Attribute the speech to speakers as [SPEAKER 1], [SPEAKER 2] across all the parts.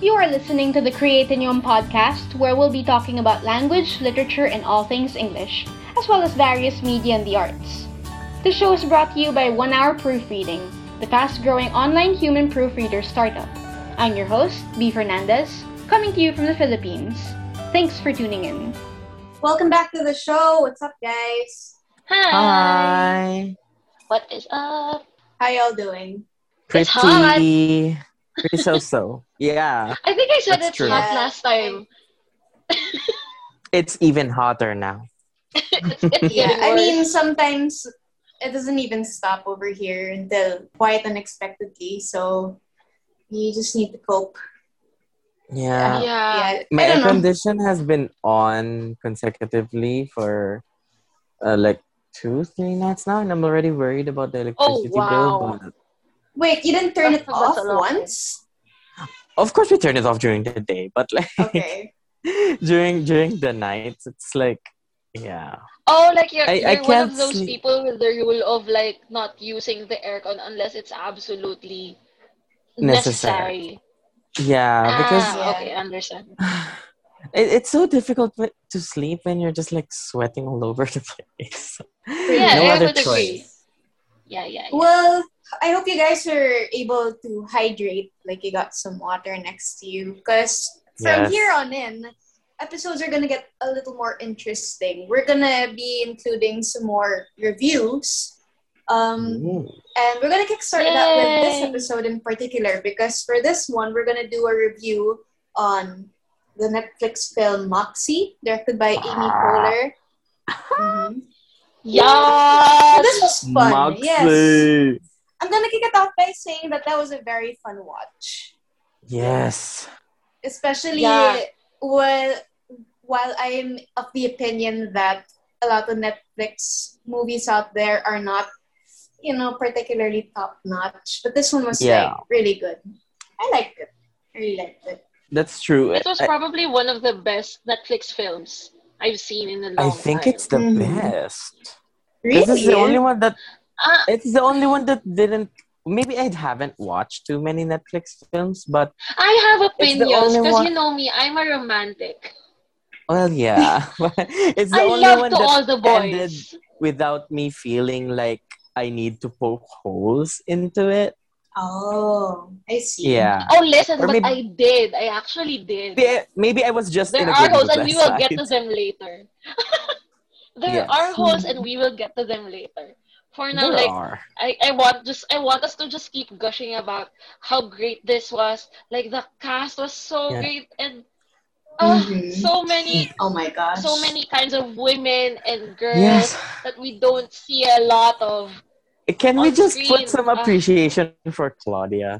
[SPEAKER 1] You are listening to the Create in Yom podcast, where we'll be talking about language, literature, and all things English, as well as various media and the arts. The show is brought to you by One Hour Proofreading, the fast growing online human proofreader startup. I'm your host, B. Fernandez, coming to you from the Philippines. Thanks for tuning in.
[SPEAKER 2] Welcome back to the show. What's up, guys?
[SPEAKER 1] Hi!
[SPEAKER 3] Hi.
[SPEAKER 1] What is up?
[SPEAKER 2] How y'all doing?
[SPEAKER 1] It's
[SPEAKER 3] Pretty. Pretty so so. Yeah.
[SPEAKER 4] I think I said
[SPEAKER 3] That's
[SPEAKER 4] it's
[SPEAKER 3] true.
[SPEAKER 4] hot last time.
[SPEAKER 3] It's even hotter now.
[SPEAKER 4] it's it's
[SPEAKER 2] Yeah,
[SPEAKER 4] getting
[SPEAKER 2] I
[SPEAKER 4] worse.
[SPEAKER 2] mean, sometimes it doesn't even stop over here until quite unexpectedly, so you just need to cope.
[SPEAKER 3] Yeah.
[SPEAKER 4] yeah.
[SPEAKER 2] yeah,
[SPEAKER 3] My
[SPEAKER 2] Uh, I
[SPEAKER 3] air
[SPEAKER 2] don't know.
[SPEAKER 3] condition has been on consecutively for uh, like two, three nights now, and I'm already worried about the electricity
[SPEAKER 4] wow.
[SPEAKER 3] bill. But
[SPEAKER 2] Wait, you didn't turn it
[SPEAKER 4] That's a
[SPEAKER 2] off
[SPEAKER 4] lot.
[SPEAKER 2] once?
[SPEAKER 3] of course, we turn it off during the day, but like
[SPEAKER 2] Okay.
[SPEAKER 3] during during the night, it's like yeah.
[SPEAKER 4] Oh, like you're,
[SPEAKER 3] I-
[SPEAKER 4] you're
[SPEAKER 3] I
[SPEAKER 4] one of
[SPEAKER 3] can't
[SPEAKER 4] those
[SPEAKER 3] sleep.
[SPEAKER 4] people with the rule of like not using the aircon unless it's absolutely
[SPEAKER 3] Necessary.
[SPEAKER 4] necessary.
[SPEAKER 3] Yeah, because
[SPEAKER 4] ah, okay, I understand.
[SPEAKER 3] it, it's so difficult wi- to sleep when you're just like sweating all over the place.
[SPEAKER 4] Yeah,
[SPEAKER 3] no
[SPEAKER 4] I
[SPEAKER 3] other
[SPEAKER 4] would agree.
[SPEAKER 3] choice.
[SPEAKER 4] Yeah, yeah. yeah.
[SPEAKER 2] Well, I hope you guys are able to hydrate, like you got some water next to you, because from
[SPEAKER 3] Yes.
[SPEAKER 2] here on in, episodes are gonna get a little more interesting. We're gonna be including some more reviews. Um,
[SPEAKER 3] Ooh.
[SPEAKER 2] And we're gonna kickstart it out with this
[SPEAKER 4] Yay.
[SPEAKER 2] episode in particular because for this one we're gonna do a review on the Netflix film Moxie, directed by Amy
[SPEAKER 3] Ah.
[SPEAKER 2] Poehler. Mhm. So this
[SPEAKER 4] Yes!
[SPEAKER 2] was fun.
[SPEAKER 3] Moxie.
[SPEAKER 2] Yes, I'm gonna kick it off by saying that that was a very fun watch,
[SPEAKER 3] Yes.
[SPEAKER 2] especially
[SPEAKER 4] Yeah.
[SPEAKER 2] while while I'm of the opinion that a lot of Netflix movies out there are not, you know, particularly top notch. But this one was
[SPEAKER 3] Yeah.
[SPEAKER 2] like really good. I liked it. I really liked it.
[SPEAKER 3] That's true.
[SPEAKER 4] It was
[SPEAKER 3] I,
[SPEAKER 4] probably one of the best Netflix films I've seen in a
[SPEAKER 3] I
[SPEAKER 4] long
[SPEAKER 3] think
[SPEAKER 4] time.
[SPEAKER 3] it's the
[SPEAKER 2] Mhm.
[SPEAKER 3] best.
[SPEAKER 2] Really?
[SPEAKER 3] This is the only one that
[SPEAKER 4] Ah,
[SPEAKER 3] it's the only one that didn't maybe I haven't watched too many Netflix films, but
[SPEAKER 4] I have
[SPEAKER 3] It's the
[SPEAKER 4] opinions
[SPEAKER 3] only
[SPEAKER 4] because
[SPEAKER 3] one-
[SPEAKER 4] you know me, I'm a romantic.
[SPEAKER 3] well yeah. it's the
[SPEAKER 4] I
[SPEAKER 3] only
[SPEAKER 4] love
[SPEAKER 3] one
[SPEAKER 4] to
[SPEAKER 3] that
[SPEAKER 4] all the boys.
[SPEAKER 3] without me feeling like I need to poke holes into it.
[SPEAKER 2] Oh, I see.
[SPEAKER 3] Yeah.
[SPEAKER 4] Oh, listen,
[SPEAKER 3] Or
[SPEAKER 4] but
[SPEAKER 3] maybe-
[SPEAKER 4] I did. I actually did.
[SPEAKER 3] Maybe I- Maybe I was just in a
[SPEAKER 4] there are
[SPEAKER 3] good
[SPEAKER 4] holes,
[SPEAKER 3] mood
[SPEAKER 4] and we
[SPEAKER 3] last
[SPEAKER 4] will get
[SPEAKER 3] night.
[SPEAKER 4] to them later. there
[SPEAKER 3] Yes.
[SPEAKER 4] are holes, and we will get to them later. For now,
[SPEAKER 3] There
[SPEAKER 4] like
[SPEAKER 3] are.
[SPEAKER 4] I, I want just I want us to just keep gushing about how great this was. Like the cast was so
[SPEAKER 3] Yeah.
[SPEAKER 4] great, and ah,
[SPEAKER 2] Mhm.
[SPEAKER 4] so many,
[SPEAKER 2] Oh my gosh.
[SPEAKER 4] so many kinds of women and girls
[SPEAKER 3] Yes.
[SPEAKER 4] that we don't see a lot of.
[SPEAKER 3] Can we
[SPEAKER 4] on
[SPEAKER 3] just
[SPEAKER 4] screen,
[SPEAKER 3] put some
[SPEAKER 4] uh,
[SPEAKER 3] appreciation for Claudia?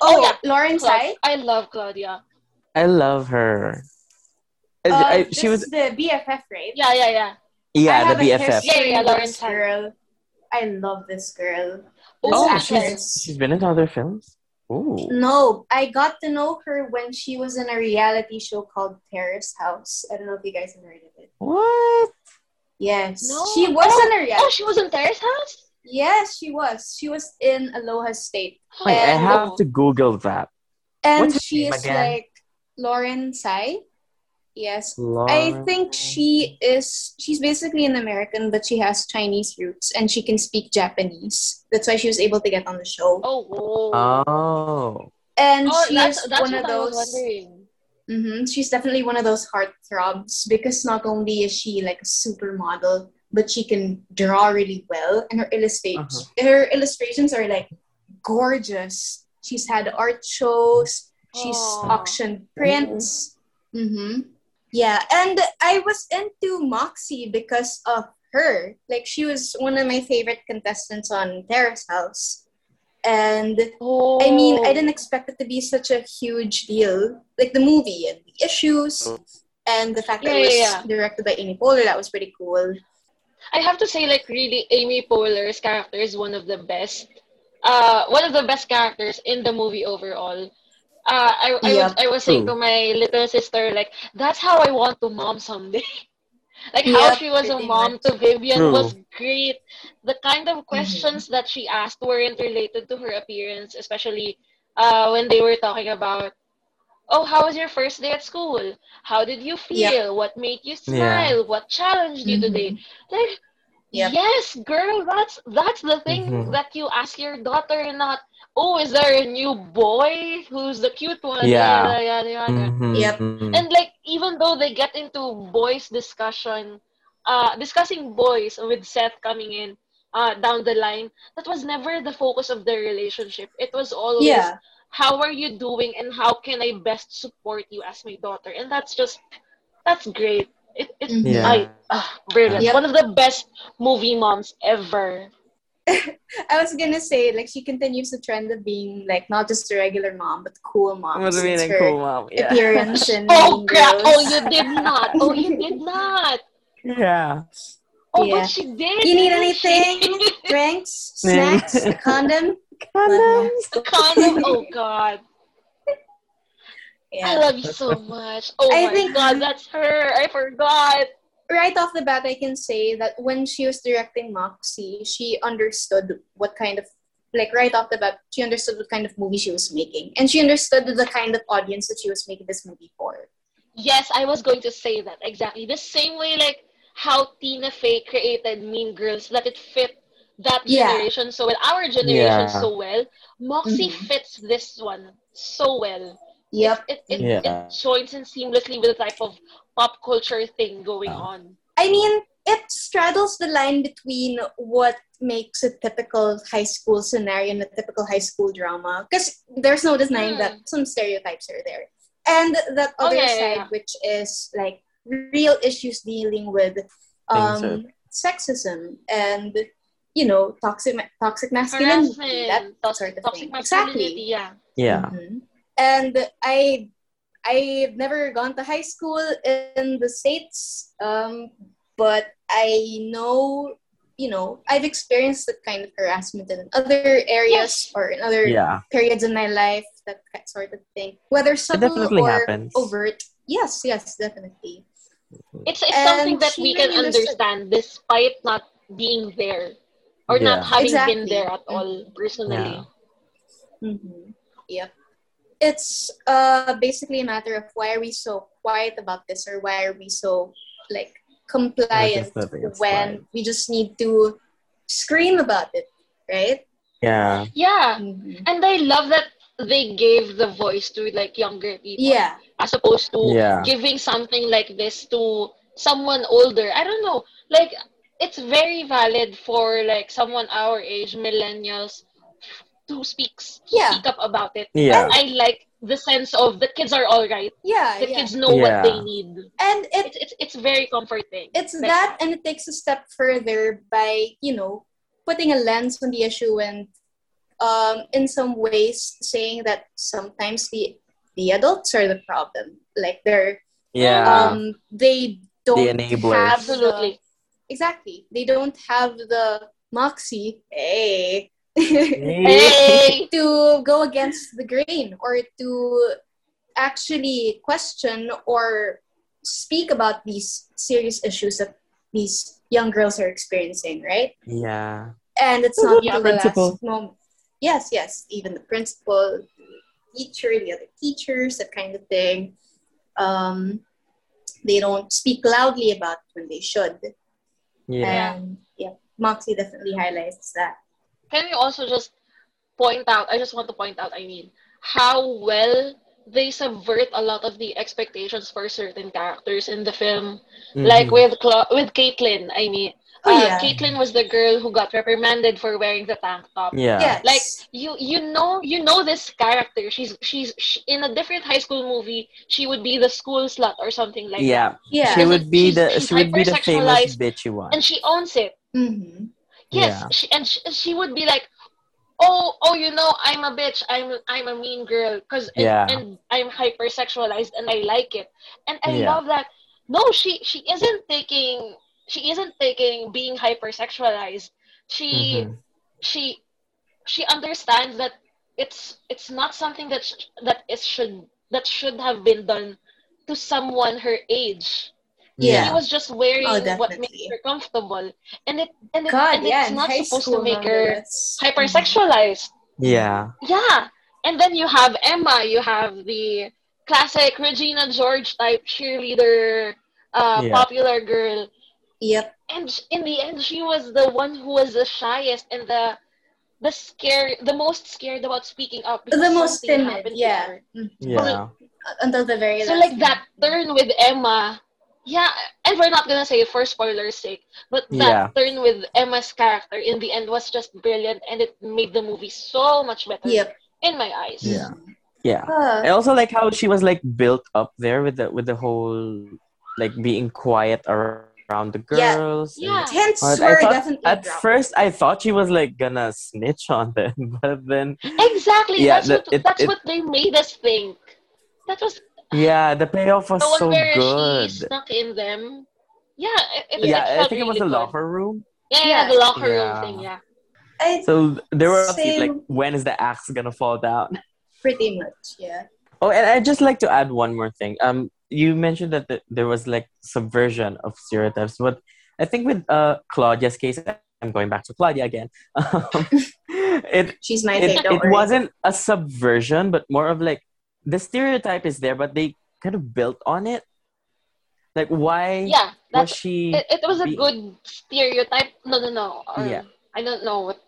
[SPEAKER 2] Oh,
[SPEAKER 4] Oh, yeah.
[SPEAKER 2] Lauren Sai.
[SPEAKER 4] Cla- I love Claudia.
[SPEAKER 3] I love her. I-
[SPEAKER 2] Uh,
[SPEAKER 3] I-
[SPEAKER 2] this
[SPEAKER 3] she was
[SPEAKER 2] is the BFF, right?
[SPEAKER 4] Yeah, yeah, yeah.
[SPEAKER 2] I
[SPEAKER 3] yeah
[SPEAKER 2] have
[SPEAKER 3] the
[SPEAKER 2] a
[SPEAKER 3] BFF.
[SPEAKER 2] history
[SPEAKER 4] Yeah, yeah,
[SPEAKER 2] with
[SPEAKER 4] Lauren
[SPEAKER 2] this
[SPEAKER 4] Sai.
[SPEAKER 2] girl. I love this girl. This
[SPEAKER 4] Oh,
[SPEAKER 3] Oh,
[SPEAKER 2] actress.
[SPEAKER 3] she's she's been in other films. Ooh,
[SPEAKER 2] No, I got to know her when she was in a reality show called Terrace House. I don't know if you guys have heard of it.
[SPEAKER 3] what?
[SPEAKER 2] Yes.
[SPEAKER 4] No.
[SPEAKER 2] She was in a
[SPEAKER 4] Oh,
[SPEAKER 2] reality
[SPEAKER 4] she was in Terrace House.
[SPEAKER 2] Yes, she was. She was in Aloha State.
[SPEAKER 3] Wait, I
[SPEAKER 4] Oh.
[SPEAKER 2] And-
[SPEAKER 3] have to Google that.
[SPEAKER 2] And
[SPEAKER 3] What's her
[SPEAKER 2] she
[SPEAKER 3] name
[SPEAKER 2] is
[SPEAKER 3] again?
[SPEAKER 2] like Lauren Tsai. Yes. I
[SPEAKER 3] Lauren-
[SPEAKER 2] think she is she's basically an American but she has Chinese roots and she can speak Japanese. That's why she was able to get on the show.
[SPEAKER 4] Oh, whoa.
[SPEAKER 3] Oh,
[SPEAKER 2] And
[SPEAKER 4] oh,
[SPEAKER 2] she
[SPEAKER 4] that's,
[SPEAKER 2] is
[SPEAKER 4] that's
[SPEAKER 2] one
[SPEAKER 4] what
[SPEAKER 2] of
[SPEAKER 4] I was
[SPEAKER 2] those
[SPEAKER 4] wondering.
[SPEAKER 2] hmm she's definitely one of those heartthrobs because not only is she like a supermodel, but she can draw really well and her illustrations her illustrations are like gorgeous. She's had art shows, she's
[SPEAKER 4] Aw.
[SPEAKER 2] auctioned prints. Mm-hmm. Yeah, and I was into Moxie because of her. Like she was one of my favorite contestants on Terrace House. And
[SPEAKER 4] Oh.
[SPEAKER 2] I mean, I didn't expect it to be such a huge deal. Like the movie and the issues
[SPEAKER 3] Oh.
[SPEAKER 2] and the fact that
[SPEAKER 4] Yeah,
[SPEAKER 2] it was
[SPEAKER 4] yeah, yeah.
[SPEAKER 2] directed by Amy Poehler, that was pretty cool.
[SPEAKER 4] I have to say, like, really, Amy Poehler's character is one of the best, uh, one of the best characters in the movie overall. Uh, I, I,
[SPEAKER 2] Yeah.
[SPEAKER 4] was, I was saying to
[SPEAKER 3] True.
[SPEAKER 4] my little sister, like, that's how I want to mom someday. like, how
[SPEAKER 2] Yeah,
[SPEAKER 4] she was a
[SPEAKER 2] pretty
[SPEAKER 4] mom
[SPEAKER 2] much. Mm-hmm.
[SPEAKER 4] to Vivian
[SPEAKER 3] True.
[SPEAKER 4] was great. The kind of questions that she asked weren't related to her appearance, especially uh, when they were talking about oh, how was your first day at school? How did you feel?
[SPEAKER 2] Yeah. Mm-hmm.
[SPEAKER 4] What made you
[SPEAKER 3] Yeah.
[SPEAKER 4] smile? What challenged you today? Like,
[SPEAKER 2] Yep.
[SPEAKER 4] yes, girl, that's that's the thing
[SPEAKER 3] Mhm.
[SPEAKER 4] that you ask your daughter, and not, oh, is there a new boy who's the cute one?
[SPEAKER 3] Yeah.
[SPEAKER 4] Yada, yada, yada.
[SPEAKER 3] Mhm,
[SPEAKER 2] Yep.
[SPEAKER 3] mhm.
[SPEAKER 4] And like, even though they get into boys discussion, uh, discussing boys with Seth coming in. Uh, down the line, that was never the focus of their relationship. It was always
[SPEAKER 2] Yeah.
[SPEAKER 4] how are you doing and how can I best support you as my daughter? And that's just that's great. It, it
[SPEAKER 2] Mhm.
[SPEAKER 3] Yeah.
[SPEAKER 4] I ah, brilliant.
[SPEAKER 2] Yep.
[SPEAKER 4] One of the best movie moms ever.
[SPEAKER 2] I was gonna say like she continues the trend of being like not just a regular mom but cool mom.
[SPEAKER 3] I'm gonna be in a cool mom. Yeah.
[SPEAKER 2] Appearance and
[SPEAKER 4] Oh
[SPEAKER 2] mean
[SPEAKER 4] crap!
[SPEAKER 2] girls.
[SPEAKER 4] Oh you did not. Oh you did not.
[SPEAKER 3] Yeah.
[SPEAKER 4] Oh
[SPEAKER 2] Yeah.
[SPEAKER 4] but she did.
[SPEAKER 2] You need
[SPEAKER 4] didn't she?
[SPEAKER 2] anything? Drinks, snacks, a condom. uh,
[SPEAKER 3] Condoms.
[SPEAKER 4] The condom. Oh god. I
[SPEAKER 2] Yeah.
[SPEAKER 4] love you so much. Oh
[SPEAKER 2] I
[SPEAKER 4] my
[SPEAKER 2] think-
[SPEAKER 4] god, that's her. I forgot.
[SPEAKER 2] right off the bat, I can say that when she was directing Moxie, she understood what kind of like right off the bat, she understood what kind of movie she was making, and she understood the kind of audience that she was making this movie for.
[SPEAKER 4] Yes, I was going to say that exactly. The same way, like how Tina Fey created Mean Girls, that it fit that
[SPEAKER 2] Yeah.
[SPEAKER 4] generation so well, our generation
[SPEAKER 3] Yeah.
[SPEAKER 4] so well. Moxie
[SPEAKER 2] Mhm.
[SPEAKER 4] fits this one so well.
[SPEAKER 2] Yep,
[SPEAKER 4] It it,
[SPEAKER 3] Yeah.
[SPEAKER 4] it joins in seamlessly with the type of pop culture thing going
[SPEAKER 3] Yeah.
[SPEAKER 4] on.
[SPEAKER 2] I mean it straddles the line between what makes a typical high school scenario and a typical high school drama, because there's no denying
[SPEAKER 4] Hmm.
[SPEAKER 2] that some stereotypes are there, and that
[SPEAKER 4] Oh,
[SPEAKER 2] other
[SPEAKER 4] yeah, yeah,
[SPEAKER 2] side,
[SPEAKER 4] yeah.
[SPEAKER 2] which is like real issues dealing with um,
[SPEAKER 3] Things
[SPEAKER 2] sexism and you know toxic toxic masculinity that
[SPEAKER 4] Harassment, toxic,
[SPEAKER 2] sort of
[SPEAKER 4] toxic
[SPEAKER 2] thing
[SPEAKER 4] masculinity, yeah.
[SPEAKER 3] Yeah.
[SPEAKER 2] Mhm. and i i've never gone to high school in the states um, but i know you know i've experienced that kind of harassment in other areas
[SPEAKER 4] Yes.
[SPEAKER 2] or in other
[SPEAKER 3] Yeah.
[SPEAKER 2] periods in my life that ki- sort of thing whether subtle
[SPEAKER 3] definitely
[SPEAKER 2] or
[SPEAKER 3] happens.
[SPEAKER 2] overt yes yes definitely
[SPEAKER 4] It's it's
[SPEAKER 2] And
[SPEAKER 4] something that
[SPEAKER 2] she
[SPEAKER 4] we can
[SPEAKER 2] really understood.
[SPEAKER 4] understand despite not being there or
[SPEAKER 3] Yeah.
[SPEAKER 4] not having
[SPEAKER 2] Exactly.
[SPEAKER 4] been
[SPEAKER 2] Mm.
[SPEAKER 4] there at all personally.
[SPEAKER 3] Yeah.
[SPEAKER 2] Mm-hmm. Yep. It's uh, basically a matter of why are we so quiet about this or why are we so like compliant
[SPEAKER 3] There's nothing that's
[SPEAKER 2] when
[SPEAKER 3] quiet.
[SPEAKER 2] we just need to scream about it, right?
[SPEAKER 3] Yeah.
[SPEAKER 4] yeah. And I love that they gave the voice to like younger people.
[SPEAKER 2] Yeah.
[SPEAKER 4] As opposed to
[SPEAKER 3] Yeah.
[SPEAKER 4] giving something like this to someone older. I don't know. Like it's very valid for like someone our age, millennials, to speaks to
[SPEAKER 2] Yeah.
[SPEAKER 4] speak up about it.
[SPEAKER 3] Yeah.
[SPEAKER 4] I like the sense of the kids are all right.
[SPEAKER 2] Yeah.
[SPEAKER 4] The
[SPEAKER 2] yeah.
[SPEAKER 4] kids know
[SPEAKER 3] Yeah.
[SPEAKER 4] what they need.
[SPEAKER 2] And it
[SPEAKER 4] It's, it's it's very comforting.
[SPEAKER 2] it's
[SPEAKER 4] Like-
[SPEAKER 2] that and it takes a step further by, you know, putting a lens on the issue and um, in some ways saying that sometimes the the adults are the problem. Like they're
[SPEAKER 3] Yeah.
[SPEAKER 2] um, they don't
[SPEAKER 3] enablers.
[SPEAKER 2] have the
[SPEAKER 4] absolutely.
[SPEAKER 2] exactly they don't have the moxie hey,
[SPEAKER 3] Eh.
[SPEAKER 4] Hey.
[SPEAKER 2] to go against the grain or to actually question or speak about these serious issues that these young girls are experiencing right
[SPEAKER 3] yeah.
[SPEAKER 2] and it's not
[SPEAKER 4] Yeah.
[SPEAKER 2] till the
[SPEAKER 3] Principal.
[SPEAKER 2] last moment yes yes even the principal the teacher the other teachers that kind of thing um, they don't speak loudly about it when they should
[SPEAKER 3] Yeah.
[SPEAKER 2] and yeah, Moxie definitely highlights that.
[SPEAKER 4] can we also just point out i just want to point out i mean how well they subvert a lot of the expectations for certain characters in the film like
[SPEAKER 3] Mhm.
[SPEAKER 4] with Cla- with caitlin i mean
[SPEAKER 2] Oh,
[SPEAKER 4] uh,
[SPEAKER 2] yeah.
[SPEAKER 4] caitlin was the girl who got reprimanded for wearing the tank top
[SPEAKER 3] Yeah.
[SPEAKER 2] Yes.
[SPEAKER 4] like you you know you know this character she's she's she, in a different high school movie she would be the school slut or something like
[SPEAKER 3] yeah.
[SPEAKER 2] yeah.
[SPEAKER 3] She
[SPEAKER 4] Because
[SPEAKER 3] would be
[SPEAKER 4] she's-
[SPEAKER 3] the
[SPEAKER 4] she's
[SPEAKER 3] she would be the famous
[SPEAKER 4] hypersexualized
[SPEAKER 3] bitchy
[SPEAKER 4] that.
[SPEAKER 3] one.
[SPEAKER 4] and she owns it
[SPEAKER 2] mm-hmm.
[SPEAKER 4] Yes,
[SPEAKER 3] Yeah.
[SPEAKER 4] she, and she, she would be like, "Oh, oh, you know, I'm a bitch. I'm I'm a mean girl because and,
[SPEAKER 3] Yeah.
[SPEAKER 4] and I'm hypersexualized and I like it, and I
[SPEAKER 3] Yeah.
[SPEAKER 4] love that." No, she she isn't taking she isn't taking being hypersexualized. She
[SPEAKER 3] Mhm.
[SPEAKER 4] she she understands that it's it's not something that sh- that is should that should have been done to someone her age. She
[SPEAKER 2] Yeah.
[SPEAKER 4] was just wearing
[SPEAKER 2] Oh,
[SPEAKER 4] what
[SPEAKER 2] definitely.
[SPEAKER 4] makes her comfortable, and it and, it,
[SPEAKER 2] God,
[SPEAKER 4] and
[SPEAKER 2] yeah,
[SPEAKER 4] it's
[SPEAKER 2] in
[SPEAKER 4] not
[SPEAKER 2] high
[SPEAKER 4] supposed
[SPEAKER 2] school,
[SPEAKER 4] to make her
[SPEAKER 2] nonetheless.
[SPEAKER 4] hypersexualized.
[SPEAKER 3] Yeah.
[SPEAKER 4] Yeah, and then you have Emma, you have the classic Regina George type cheerleader, uh,
[SPEAKER 3] Yeah.
[SPEAKER 4] popular girl.
[SPEAKER 2] Mm-hmm. Yep.
[SPEAKER 4] And sh- in the end, she was the one who was the shyest and the the scare the most scared about speaking up. because
[SPEAKER 2] The most
[SPEAKER 4] something
[SPEAKER 2] timid,
[SPEAKER 4] happened to
[SPEAKER 2] yeah.
[SPEAKER 4] her.
[SPEAKER 3] Yeah.
[SPEAKER 2] uh, Until the very
[SPEAKER 4] So
[SPEAKER 2] last.
[SPEAKER 4] like that turn with Emma, yeah, and we're not gonna say it for spoilers' sake, but that turn with Emma's character in the end was just brilliant, and it made the movie so much better
[SPEAKER 2] Yep.
[SPEAKER 4] in my eyes.
[SPEAKER 3] Yeah. Yeah. I
[SPEAKER 2] Uh,
[SPEAKER 3] also like how she was like built up there with the with the whole like being quiet ar- around the
[SPEAKER 2] Yeah.
[SPEAKER 3] girls. and-
[SPEAKER 4] Yeah.
[SPEAKER 2] Hints
[SPEAKER 3] But I
[SPEAKER 2] were
[SPEAKER 3] thought
[SPEAKER 2] definitely
[SPEAKER 3] At
[SPEAKER 2] dropped.
[SPEAKER 3] first, I thought she was like gonna snitch on them, but then
[SPEAKER 4] Exactly.
[SPEAKER 3] Yeah,
[SPEAKER 4] that's
[SPEAKER 3] that-
[SPEAKER 4] what
[SPEAKER 3] it-
[SPEAKER 4] that's
[SPEAKER 3] it-
[SPEAKER 4] what they made us think. That was
[SPEAKER 3] yeah, the payoff was
[SPEAKER 4] the one
[SPEAKER 3] so
[SPEAKER 4] where
[SPEAKER 3] good.
[SPEAKER 4] she snuck in them. Yeah, it, it,
[SPEAKER 3] Yeah,
[SPEAKER 4] it
[SPEAKER 3] I
[SPEAKER 4] felt
[SPEAKER 3] think it was
[SPEAKER 4] really
[SPEAKER 3] the
[SPEAKER 4] good.
[SPEAKER 3] locker room.
[SPEAKER 4] Yeah, yeah,
[SPEAKER 2] Yeah.
[SPEAKER 4] the locker
[SPEAKER 3] Yeah.
[SPEAKER 4] room thing. Yeah.
[SPEAKER 2] I,
[SPEAKER 3] So there were a few,
[SPEAKER 2] Same.
[SPEAKER 3] like, when is the axe gonna fall down?
[SPEAKER 2] pretty much, yeah.
[SPEAKER 3] Oh, and I'd just like to add one more thing. Um, you mentioned that the, there was like subversion of stereotypes, but I think with uh Claudia's case, I'm going back to Claudia again. Um, it
[SPEAKER 2] She's my
[SPEAKER 3] it,
[SPEAKER 2] thing, don't
[SPEAKER 3] it
[SPEAKER 2] worry.
[SPEAKER 3] wasn't a subversion, but more of like the stereotype is there, but they kind of built on it. Like why
[SPEAKER 4] Yeah,
[SPEAKER 3] was
[SPEAKER 4] that's
[SPEAKER 3] she?
[SPEAKER 4] it, it was a
[SPEAKER 3] be-
[SPEAKER 4] good stereotype. No, no, no. or-
[SPEAKER 3] Yeah.
[SPEAKER 4] I don't know what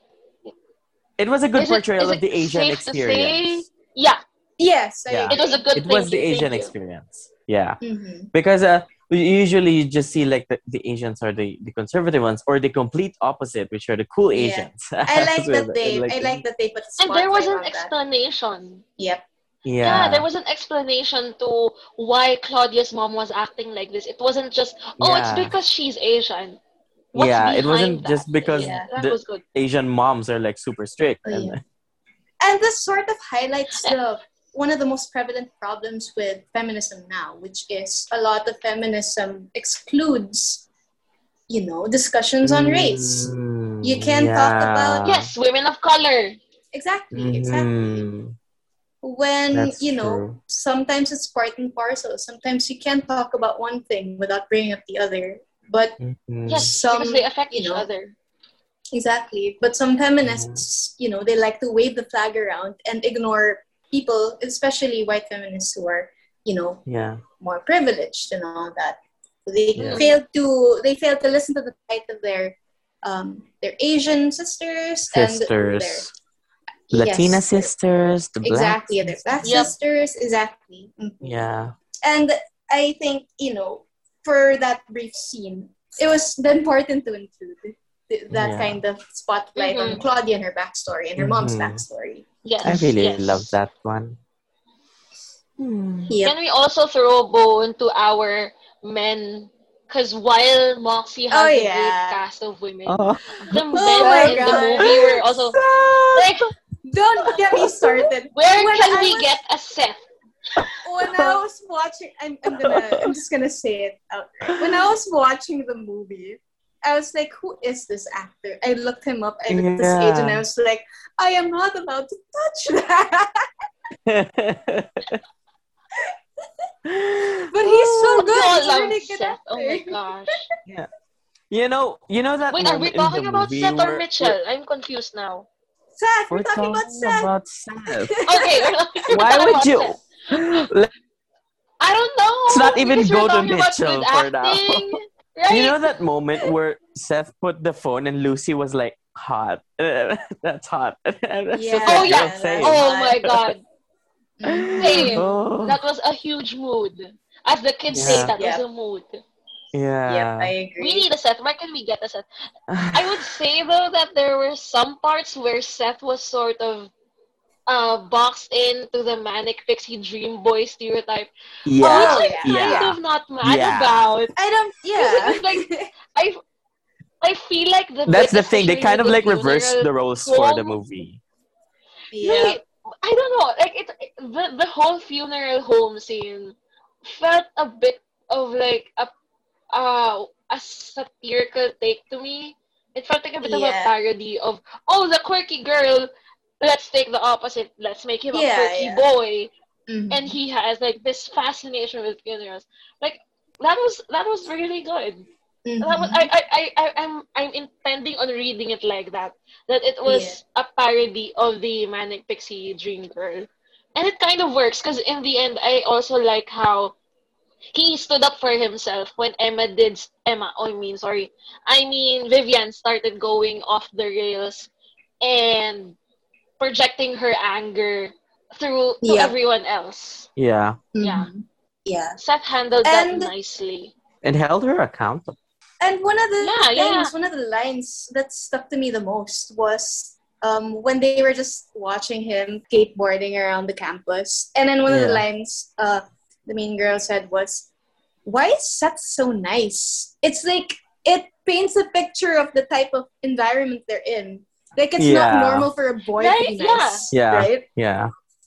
[SPEAKER 3] It was a good
[SPEAKER 4] Is it-
[SPEAKER 3] portrayal
[SPEAKER 4] is
[SPEAKER 3] of
[SPEAKER 4] it
[SPEAKER 3] the Asian
[SPEAKER 4] safe to say-
[SPEAKER 3] experience.
[SPEAKER 4] Yeah,
[SPEAKER 2] Yes, I
[SPEAKER 3] Yeah.
[SPEAKER 4] it was a good
[SPEAKER 3] It
[SPEAKER 4] thing.
[SPEAKER 3] was the Asian experience. Yeah.
[SPEAKER 2] Mm-hmm.
[SPEAKER 3] because uh, we usually you just see like the, the Asians are the, the conservative ones or the complete opposite, which are the cool
[SPEAKER 2] Yeah.
[SPEAKER 3] Asians.
[SPEAKER 2] I like
[SPEAKER 3] So,
[SPEAKER 2] that they.
[SPEAKER 3] like-
[SPEAKER 2] I like that they put.
[SPEAKER 4] And there was an
[SPEAKER 2] spotlight on that.
[SPEAKER 4] explanation.
[SPEAKER 2] Yep.
[SPEAKER 3] yeah.
[SPEAKER 4] Yeah. there was an explanation to why Claudia's mom was acting like this. It wasn't just, oh, it's
[SPEAKER 3] Yeah.
[SPEAKER 4] because she's Asian. What's
[SPEAKER 3] yeah, it
[SPEAKER 4] behind
[SPEAKER 3] wasn't
[SPEAKER 4] that?
[SPEAKER 3] just because
[SPEAKER 4] Yeah, that
[SPEAKER 3] the
[SPEAKER 4] was good.
[SPEAKER 3] Asian moms are like super strict.
[SPEAKER 2] Oh,
[SPEAKER 3] and-
[SPEAKER 2] yeah. And this sort of highlights the one of the most prevalent problems with feminism now, which is a lot of feminism excludes, you know, discussions
[SPEAKER 3] Mm-hmm.
[SPEAKER 2] on race.
[SPEAKER 3] Mm,
[SPEAKER 2] You can't talk
[SPEAKER 3] Uh,
[SPEAKER 2] about-
[SPEAKER 4] Yes, women of color.
[SPEAKER 2] Exactly,
[SPEAKER 3] Mhm.
[SPEAKER 2] exactly. When
[SPEAKER 3] That's
[SPEAKER 2] you know,
[SPEAKER 3] true.
[SPEAKER 2] sometimes it's part and parcel. Sometimes you can't talk about one thing without bringing up the other. But
[SPEAKER 3] Mhm.
[SPEAKER 4] Yes,
[SPEAKER 2] Some,
[SPEAKER 4] because they affect
[SPEAKER 2] you
[SPEAKER 4] each
[SPEAKER 2] know,
[SPEAKER 4] other.
[SPEAKER 2] Exactly. But some
[SPEAKER 3] Mm-hmm.
[SPEAKER 2] feminists, you know, they like to wave the flag around and ignore people, especially white feminists who are, you know,
[SPEAKER 3] Yeah.
[SPEAKER 2] more privileged and all that. They
[SPEAKER 3] Yeah.
[SPEAKER 2] fail to they fail to listen to the plight of their um, their Asian sisters, and their
[SPEAKER 3] Sisters. Latina
[SPEAKER 2] Yes.
[SPEAKER 3] sisters. The black
[SPEAKER 2] Exactly, and their
[SPEAKER 3] sisters.
[SPEAKER 2] black
[SPEAKER 4] Yep.
[SPEAKER 2] sisters. Exactly. Mhm.
[SPEAKER 3] Yeah.
[SPEAKER 2] And I think, you know, for that brief scene, it was important to include th- that
[SPEAKER 3] Yeah.
[SPEAKER 2] kind of spotlight on
[SPEAKER 4] Mhm.
[SPEAKER 2] Claudia and her backstory and her mom's
[SPEAKER 3] Mhm.
[SPEAKER 2] backstory.
[SPEAKER 4] Yes.
[SPEAKER 3] I really
[SPEAKER 4] yes.
[SPEAKER 3] love that one. Hmm.
[SPEAKER 2] Yeah.
[SPEAKER 4] Can we also throw a bone to our men? Because while Moxie has
[SPEAKER 2] Oh,
[SPEAKER 4] a
[SPEAKER 2] yeah.
[SPEAKER 4] great cast of women,
[SPEAKER 3] Oh.
[SPEAKER 4] the men
[SPEAKER 2] my
[SPEAKER 4] in
[SPEAKER 2] God.
[SPEAKER 4] the movie were also like,
[SPEAKER 2] Don't get me started.
[SPEAKER 4] where
[SPEAKER 2] When
[SPEAKER 4] can
[SPEAKER 2] I
[SPEAKER 4] we
[SPEAKER 2] was-
[SPEAKER 4] get a Seth?
[SPEAKER 2] When I was watching, I'm, I'm gonna, I'm just gonna say it out. When I was watching the movie, I was like, "Who is this actor?" I looked him up. I looked his
[SPEAKER 3] Yeah.
[SPEAKER 2] age, and I was like, "I am not about to touch that."
[SPEAKER 3] but
[SPEAKER 2] But he's so
[SPEAKER 4] We
[SPEAKER 2] good.
[SPEAKER 4] all
[SPEAKER 2] He's a
[SPEAKER 4] love
[SPEAKER 2] really good
[SPEAKER 4] Seth. Oh my
[SPEAKER 2] actor.
[SPEAKER 4] gosh.
[SPEAKER 3] you know, you know that.
[SPEAKER 4] Wait, are
[SPEAKER 3] moment
[SPEAKER 4] we
[SPEAKER 3] in the
[SPEAKER 4] talking about
[SPEAKER 3] movie
[SPEAKER 4] Seth
[SPEAKER 3] where-
[SPEAKER 4] or Mitchell? I'm confused now.
[SPEAKER 2] Seth,
[SPEAKER 3] We're,
[SPEAKER 2] we're talking about Seth.
[SPEAKER 3] about Seth.
[SPEAKER 4] Okay, we're not- we're
[SPEAKER 3] Why
[SPEAKER 4] talking
[SPEAKER 3] would
[SPEAKER 4] about
[SPEAKER 3] you?
[SPEAKER 4] Seth. I don't know.
[SPEAKER 3] Let's not even
[SPEAKER 4] because
[SPEAKER 3] go
[SPEAKER 4] we're
[SPEAKER 3] to
[SPEAKER 4] talking about
[SPEAKER 3] Mitchell
[SPEAKER 4] good
[SPEAKER 3] for now.
[SPEAKER 4] acting, Right?
[SPEAKER 3] You know that moment where Seth put the phone and Lucy was like, "Hot, that's hot." That's just
[SPEAKER 4] Oh,
[SPEAKER 3] like,
[SPEAKER 4] yeah.
[SPEAKER 3] girl, say it.
[SPEAKER 4] oh my god, Same.
[SPEAKER 3] Oh,
[SPEAKER 4] that was a huge mood. As the kids
[SPEAKER 3] Yeah.
[SPEAKER 4] say, that
[SPEAKER 2] Yeah.
[SPEAKER 4] was a mood.
[SPEAKER 3] yeah.
[SPEAKER 4] We need a Seth. Where can we get a Seth? I would say though that there were some parts where Seth was sort of uh boxed into the manic pixie dream boy stereotype.
[SPEAKER 3] yeah.
[SPEAKER 2] Oh,
[SPEAKER 4] which I'm kind
[SPEAKER 3] yeah.
[SPEAKER 4] of not mad
[SPEAKER 3] Yeah.
[SPEAKER 4] about.
[SPEAKER 2] I don't.
[SPEAKER 4] It's
[SPEAKER 2] Yeah.
[SPEAKER 4] I I feel like the
[SPEAKER 3] That's
[SPEAKER 4] bit,
[SPEAKER 3] the thing. They
[SPEAKER 4] especially
[SPEAKER 3] kind of
[SPEAKER 4] with
[SPEAKER 3] like reversed the
[SPEAKER 4] funeral-
[SPEAKER 3] roles for the
[SPEAKER 4] home.
[SPEAKER 3] movie.
[SPEAKER 2] yeah.
[SPEAKER 4] Like, I don't know. Like it, it- the the whole funeral home scene felt a bit of like a uh, a satirical take to me. It felt like a bit of a
[SPEAKER 2] Yeah.
[SPEAKER 4] parody of oh the quirky girl. Let's take the opposite. Let's make him
[SPEAKER 2] Yeah,
[SPEAKER 4] a quirky
[SPEAKER 2] yeah.
[SPEAKER 4] boy,
[SPEAKER 2] Mhm.
[SPEAKER 3] Mm-hmm.
[SPEAKER 4] and he has like this fascination with funerals. Like that was that was really good.
[SPEAKER 2] Mhm.
[SPEAKER 4] That was, I, I, I, I, I'm, I'm intending on reading it like that. That it was a parody of the Manic Pixie Dream Girl. and it kind of works because in the end, I also like how he stood up for himself when Emma did Emma. Oh, I mean, sorry. I mean, Vivian started going off the rails and projecting her anger through to
[SPEAKER 2] Yeah.
[SPEAKER 4] everyone else.
[SPEAKER 3] Yeah,
[SPEAKER 4] Yeah.
[SPEAKER 2] Mhm. Yeah.
[SPEAKER 4] Seth handled
[SPEAKER 2] And-
[SPEAKER 4] that nicely.
[SPEAKER 3] and held her accountable.
[SPEAKER 2] And one of the
[SPEAKER 4] Yeah,
[SPEAKER 2] things,
[SPEAKER 4] yeah.
[SPEAKER 2] one of the lines that stuck to me the most was um, when they were just watching him skateboarding around the campus. And then one of the
[SPEAKER 3] Yeah.
[SPEAKER 2] lines uh, the mean girl said was, Why is Seth so nice? It's like it paints a picture of the type of environment they're in. Like it's
[SPEAKER 3] Yeah.
[SPEAKER 2] not normal for a boy to be
[SPEAKER 4] Right? Yeah.
[SPEAKER 2] nice.
[SPEAKER 3] Yeah.
[SPEAKER 2] Right?
[SPEAKER 3] Yeah,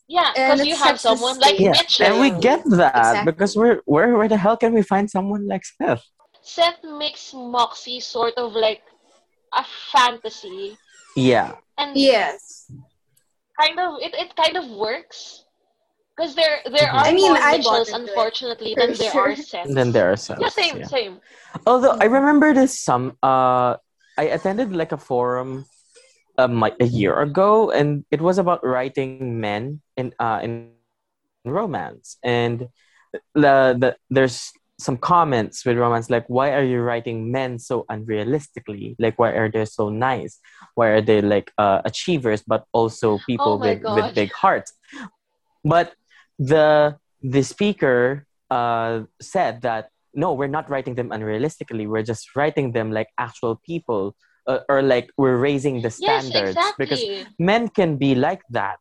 [SPEAKER 4] Yeah,
[SPEAKER 2] And
[SPEAKER 4] because you
[SPEAKER 2] it's
[SPEAKER 4] have
[SPEAKER 2] such a
[SPEAKER 4] someone like
[SPEAKER 2] Yeah.
[SPEAKER 4] Mitchell.
[SPEAKER 3] and we get that
[SPEAKER 2] Exactly.
[SPEAKER 3] because we're where where the hell can we find someone like Seth?
[SPEAKER 4] Seth makes Moxie sort of like a fantasy.
[SPEAKER 3] Yeah,
[SPEAKER 4] And
[SPEAKER 2] Yes.
[SPEAKER 4] kind of it, it kind of works. Because there
[SPEAKER 3] Mhm.
[SPEAKER 4] there are
[SPEAKER 2] Mm-hmm. I mean,
[SPEAKER 4] more
[SPEAKER 2] I bought into
[SPEAKER 4] Mitchells,
[SPEAKER 2] it,
[SPEAKER 4] unfortunately,
[SPEAKER 2] for
[SPEAKER 4] than there
[SPEAKER 2] sure.
[SPEAKER 4] are Seths.
[SPEAKER 3] and then there are Seth.
[SPEAKER 4] yeah, same, same.
[SPEAKER 3] Although I remember this some uh I attended like a forum um like a year ago and it was about writing men in uh in romance and the, the there's some comments with romance like why are you writing men so unrealistically like why are they so nice why are they like uh, achievers but also people
[SPEAKER 4] Oh my
[SPEAKER 3] with, with
[SPEAKER 4] God.
[SPEAKER 3] big hearts but the the speaker uh, said that no we're not writing them unrealistically we're just writing them like actual people uh, or like we're raising the
[SPEAKER 4] Yes,
[SPEAKER 3] standards
[SPEAKER 4] exactly.
[SPEAKER 3] because men can be like that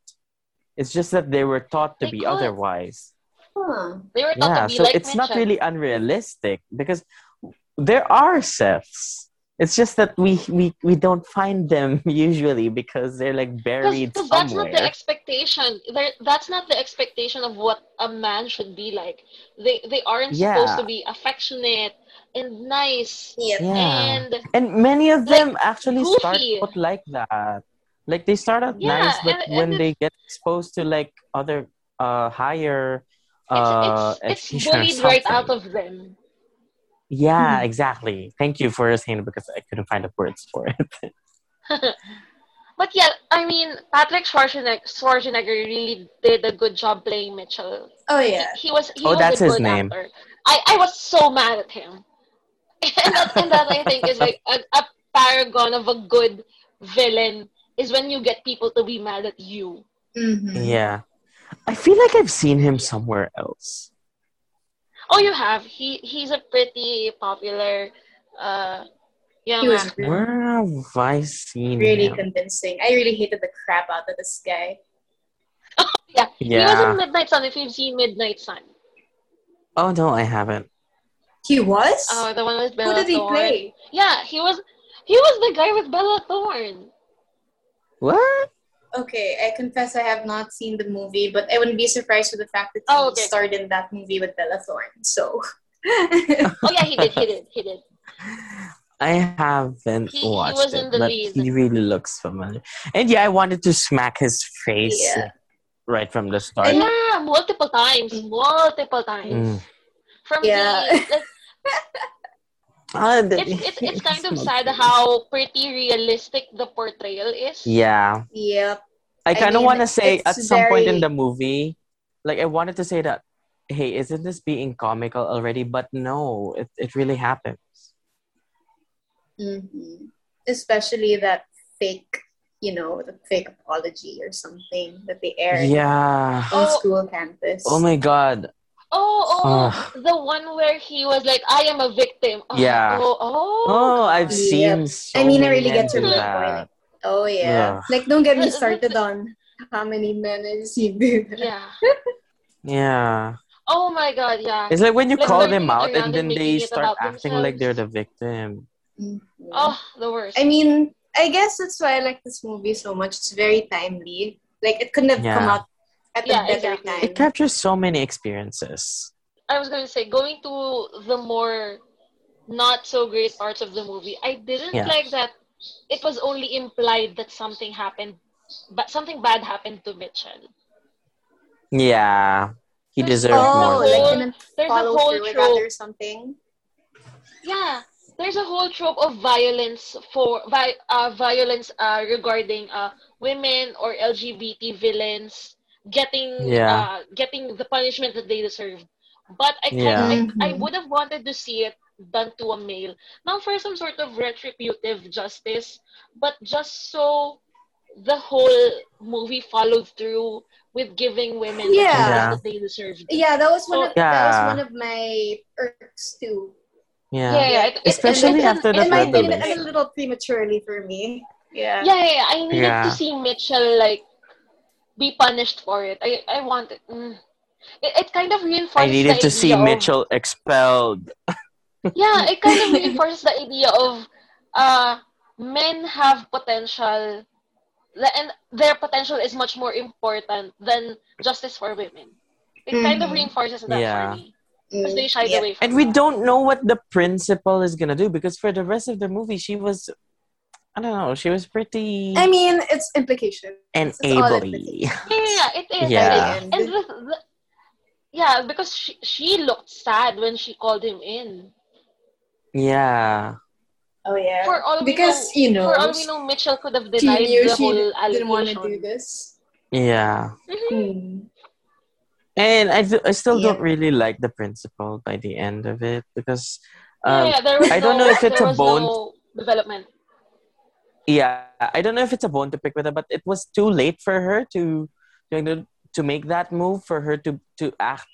[SPEAKER 3] it's just that they were taught to
[SPEAKER 4] They
[SPEAKER 3] be
[SPEAKER 4] could.
[SPEAKER 3] otherwise
[SPEAKER 2] Huh.
[SPEAKER 4] They were thought
[SPEAKER 3] yeah
[SPEAKER 4] to be
[SPEAKER 3] so
[SPEAKER 4] like
[SPEAKER 3] it's not
[SPEAKER 4] Mitchell.
[SPEAKER 3] really unrealistic because there are chefs it's just that we, we we don't find them usually because they're like buried
[SPEAKER 4] Because that's not
[SPEAKER 3] somewhere
[SPEAKER 4] the expectation. There, that's not the expectation of what a man should be like. They they aren't supposed
[SPEAKER 3] Yeah.
[SPEAKER 4] to be affectionate and nice
[SPEAKER 2] Yeah.
[SPEAKER 3] yeah
[SPEAKER 4] and
[SPEAKER 3] and many of them actually start
[SPEAKER 4] goofy.
[SPEAKER 3] out like that like they start out
[SPEAKER 4] Yeah,
[SPEAKER 3] nice but
[SPEAKER 4] and-
[SPEAKER 3] when
[SPEAKER 4] and
[SPEAKER 3] they get exposed to like other uh higher uh
[SPEAKER 4] it's it's, it's
[SPEAKER 3] education or
[SPEAKER 4] bullied right
[SPEAKER 3] something.
[SPEAKER 4] out of Hmm. them.
[SPEAKER 3] Yeah, exactly. Thank you for saying it because I couldn't find the words for
[SPEAKER 4] Hmm.
[SPEAKER 3] it.
[SPEAKER 4] But yeah, I mean Patrick Schwarzenegger, Schwarzenegger really did a good job playing Mitchell.
[SPEAKER 2] Oh yeah.
[SPEAKER 4] He was he
[SPEAKER 3] Oh,
[SPEAKER 4] was
[SPEAKER 3] that's
[SPEAKER 4] a
[SPEAKER 3] his
[SPEAKER 4] good
[SPEAKER 3] name.
[SPEAKER 4] actor. I, I was so mad at him. and, that, and that I think is like a, a paragon of a good villain is when you get people to be mad at you.
[SPEAKER 2] Mm-hmm.
[SPEAKER 3] Yeah. I feel like I've seen him somewhere else.
[SPEAKER 4] Oh, you have. He he's a pretty popular uh young
[SPEAKER 2] He was
[SPEAKER 4] actor.
[SPEAKER 3] Where have I seen
[SPEAKER 2] really
[SPEAKER 3] him?
[SPEAKER 2] convincing. I really hated the crap out of this guy.
[SPEAKER 4] He was in
[SPEAKER 3] Yeah.
[SPEAKER 4] Midnight Sun if you've seen Midnight Sun.
[SPEAKER 3] Oh no, I haven't.
[SPEAKER 2] He was?
[SPEAKER 4] Oh, the one with Bella
[SPEAKER 2] Who did he
[SPEAKER 4] Thorne.
[SPEAKER 2] play?
[SPEAKER 4] Yeah, he was he was the guy with Bella Thorne.
[SPEAKER 3] What?
[SPEAKER 2] okay, I confess I have not seen the movie, but I wouldn't be surprised with the fact that he
[SPEAKER 4] Oh, okay.
[SPEAKER 2] starred in that movie with Bella Thorne. So
[SPEAKER 4] Oh yeah, he did, he did, he did.
[SPEAKER 3] I haven't
[SPEAKER 4] He- he
[SPEAKER 3] watched
[SPEAKER 4] was
[SPEAKER 3] it,
[SPEAKER 4] in the
[SPEAKER 3] but
[SPEAKER 4] lead.
[SPEAKER 3] he really looks familiar. And yeah, I wanted to smack his face
[SPEAKER 2] Yeah.
[SPEAKER 3] like, right from the start.
[SPEAKER 4] Yeah, multiple times. Multiple times.
[SPEAKER 3] Mm.
[SPEAKER 4] From
[SPEAKER 2] Yeah.
[SPEAKER 4] the like,
[SPEAKER 3] Ah, the-
[SPEAKER 4] it's, it's, it's kind of
[SPEAKER 3] his
[SPEAKER 4] sad
[SPEAKER 3] mouth.
[SPEAKER 4] how pretty realistic the portrayal is.
[SPEAKER 3] Yeah.
[SPEAKER 2] Yep.
[SPEAKER 3] I kind of
[SPEAKER 2] mean,
[SPEAKER 3] want to say at
[SPEAKER 2] it's
[SPEAKER 3] some point in
[SPEAKER 2] very-
[SPEAKER 3] the movie, like I wanted to say that, hey, isn't this being comical already? But no, it, it really happens.
[SPEAKER 2] hmm Especially that fake, you know, the fake apology or something that they aired
[SPEAKER 3] Yeah.
[SPEAKER 2] on
[SPEAKER 4] Oh.
[SPEAKER 2] school campus.
[SPEAKER 3] Oh my god.
[SPEAKER 4] Oh, oh,
[SPEAKER 3] Ugh.
[SPEAKER 4] the one where he was like, I am a victim. Oh,
[SPEAKER 3] Yeah.
[SPEAKER 4] Oh, oh.
[SPEAKER 3] Oh, I've
[SPEAKER 2] God.
[SPEAKER 3] seen so
[SPEAKER 2] I mean, I
[SPEAKER 3] many
[SPEAKER 2] really
[SPEAKER 3] men
[SPEAKER 2] get to
[SPEAKER 3] do
[SPEAKER 2] the
[SPEAKER 3] that.
[SPEAKER 2] point. Oh yeah.
[SPEAKER 3] Ugh.
[SPEAKER 2] Like don't get me
[SPEAKER 4] But- but-
[SPEAKER 2] started on how many men I've seen do that.
[SPEAKER 4] Yeah.
[SPEAKER 3] Yeah.
[SPEAKER 4] Oh my god, yeah.
[SPEAKER 3] It's like when you
[SPEAKER 4] Like,
[SPEAKER 3] call
[SPEAKER 4] learning
[SPEAKER 3] them out
[SPEAKER 4] around
[SPEAKER 3] and
[SPEAKER 4] and
[SPEAKER 3] then
[SPEAKER 4] making
[SPEAKER 3] they
[SPEAKER 4] it
[SPEAKER 3] start
[SPEAKER 4] about
[SPEAKER 3] acting like they're
[SPEAKER 4] themselves.
[SPEAKER 3] the victim.
[SPEAKER 2] Mhm.
[SPEAKER 4] Oh, the worst.
[SPEAKER 2] I mean, I guess that's why I like this movie so much. It's very timely. Like it couldn't have come
[SPEAKER 3] Yeah.
[SPEAKER 2] out at
[SPEAKER 4] Yeah,
[SPEAKER 2] a better
[SPEAKER 4] exactly.
[SPEAKER 2] time.
[SPEAKER 3] It captures so many experiences.
[SPEAKER 4] I was going to say, going to the more not so great parts of the movie, I didn't
[SPEAKER 3] Yeah.
[SPEAKER 4] like that it was only implied that something happened, but something bad happened to Mitchell.
[SPEAKER 3] Yeah. He
[SPEAKER 4] There's
[SPEAKER 3] deserved
[SPEAKER 2] oh,
[SPEAKER 3] more.
[SPEAKER 4] no
[SPEAKER 2] like
[SPEAKER 3] than
[SPEAKER 2] in a
[SPEAKER 4] There's
[SPEAKER 2] follow
[SPEAKER 4] a whole
[SPEAKER 2] through with
[SPEAKER 4] trope.
[SPEAKER 2] that or something.
[SPEAKER 4] Yeah, there's a whole trope of violence for vi- uh, violence uh, regarding uh, women or LGBT villains getting
[SPEAKER 3] Yeah.
[SPEAKER 4] uh, getting the punishment that they deserve. But I kind
[SPEAKER 3] Yeah.
[SPEAKER 4] like, I
[SPEAKER 2] Mhm.
[SPEAKER 4] would have wanted to see it done to a male. Not for some sort of retributive justice, but just so the whole movie followed through with giving women the
[SPEAKER 2] Yeah.
[SPEAKER 4] justice
[SPEAKER 3] Yeah.
[SPEAKER 4] that they deserved.
[SPEAKER 2] Yeah, that was
[SPEAKER 4] Oh,
[SPEAKER 2] one of that was
[SPEAKER 3] Yeah.
[SPEAKER 2] one of my irks too.
[SPEAKER 3] Yeah.
[SPEAKER 4] Yeah, yeah, it- it-
[SPEAKER 3] Especially
[SPEAKER 4] it-
[SPEAKER 3] after the
[SPEAKER 2] It might have been
[SPEAKER 3] revelation.
[SPEAKER 2] a little prematurely for me. Yeah.
[SPEAKER 4] Yeah, yeah, I needed
[SPEAKER 3] Yeah.
[SPEAKER 4] to see Mitchell like be punished for it. I I wanted. Mm. It, it kind of reinforced.
[SPEAKER 3] I needed
[SPEAKER 4] the
[SPEAKER 3] to see
[SPEAKER 4] idea of-
[SPEAKER 3] Mitchell expelled.
[SPEAKER 4] Yeah, it kind of reinforces the idea of uh men have potential, the- and their potential is much more important than justice for women. It kind of
[SPEAKER 2] Mhm.
[SPEAKER 4] reinforces that
[SPEAKER 3] Yeah.
[SPEAKER 4] for me because they shied away from.
[SPEAKER 3] And we
[SPEAKER 4] that.
[SPEAKER 3] don't know what the principal is gonna do because for the rest of the movie she was I don't know, she was pretty
[SPEAKER 2] I mean, it's implication.
[SPEAKER 3] and
[SPEAKER 2] it's all
[SPEAKER 3] ably.
[SPEAKER 2] implication.
[SPEAKER 4] Yeah, yeah, it is. it
[SPEAKER 3] Yeah.
[SPEAKER 4] is. And the, the, yeah, because she she looked sad when she called him in.
[SPEAKER 3] Yeah.
[SPEAKER 2] Oh yeah.
[SPEAKER 4] For all we
[SPEAKER 2] because you know,
[SPEAKER 4] For all we know, Mitchell could have
[SPEAKER 2] she
[SPEAKER 4] denied
[SPEAKER 2] knew
[SPEAKER 4] the
[SPEAKER 2] she
[SPEAKER 4] whole
[SPEAKER 2] didn't want to do
[SPEAKER 4] allegation.
[SPEAKER 2] this.
[SPEAKER 3] Yeah.
[SPEAKER 4] Mhm.
[SPEAKER 2] Hmm.
[SPEAKER 3] And I, do- I still
[SPEAKER 2] Yeah.
[SPEAKER 3] don't really like the principal by the end of it because
[SPEAKER 4] yeah,
[SPEAKER 3] um,
[SPEAKER 4] yeah, there was
[SPEAKER 3] I don't
[SPEAKER 4] no,
[SPEAKER 3] know if it's
[SPEAKER 4] there
[SPEAKER 3] a
[SPEAKER 4] was
[SPEAKER 3] bone-
[SPEAKER 4] No development.
[SPEAKER 3] yeah i don't know if it's a bone to pick with her but it was too late for her to you know, to make that move for her to to act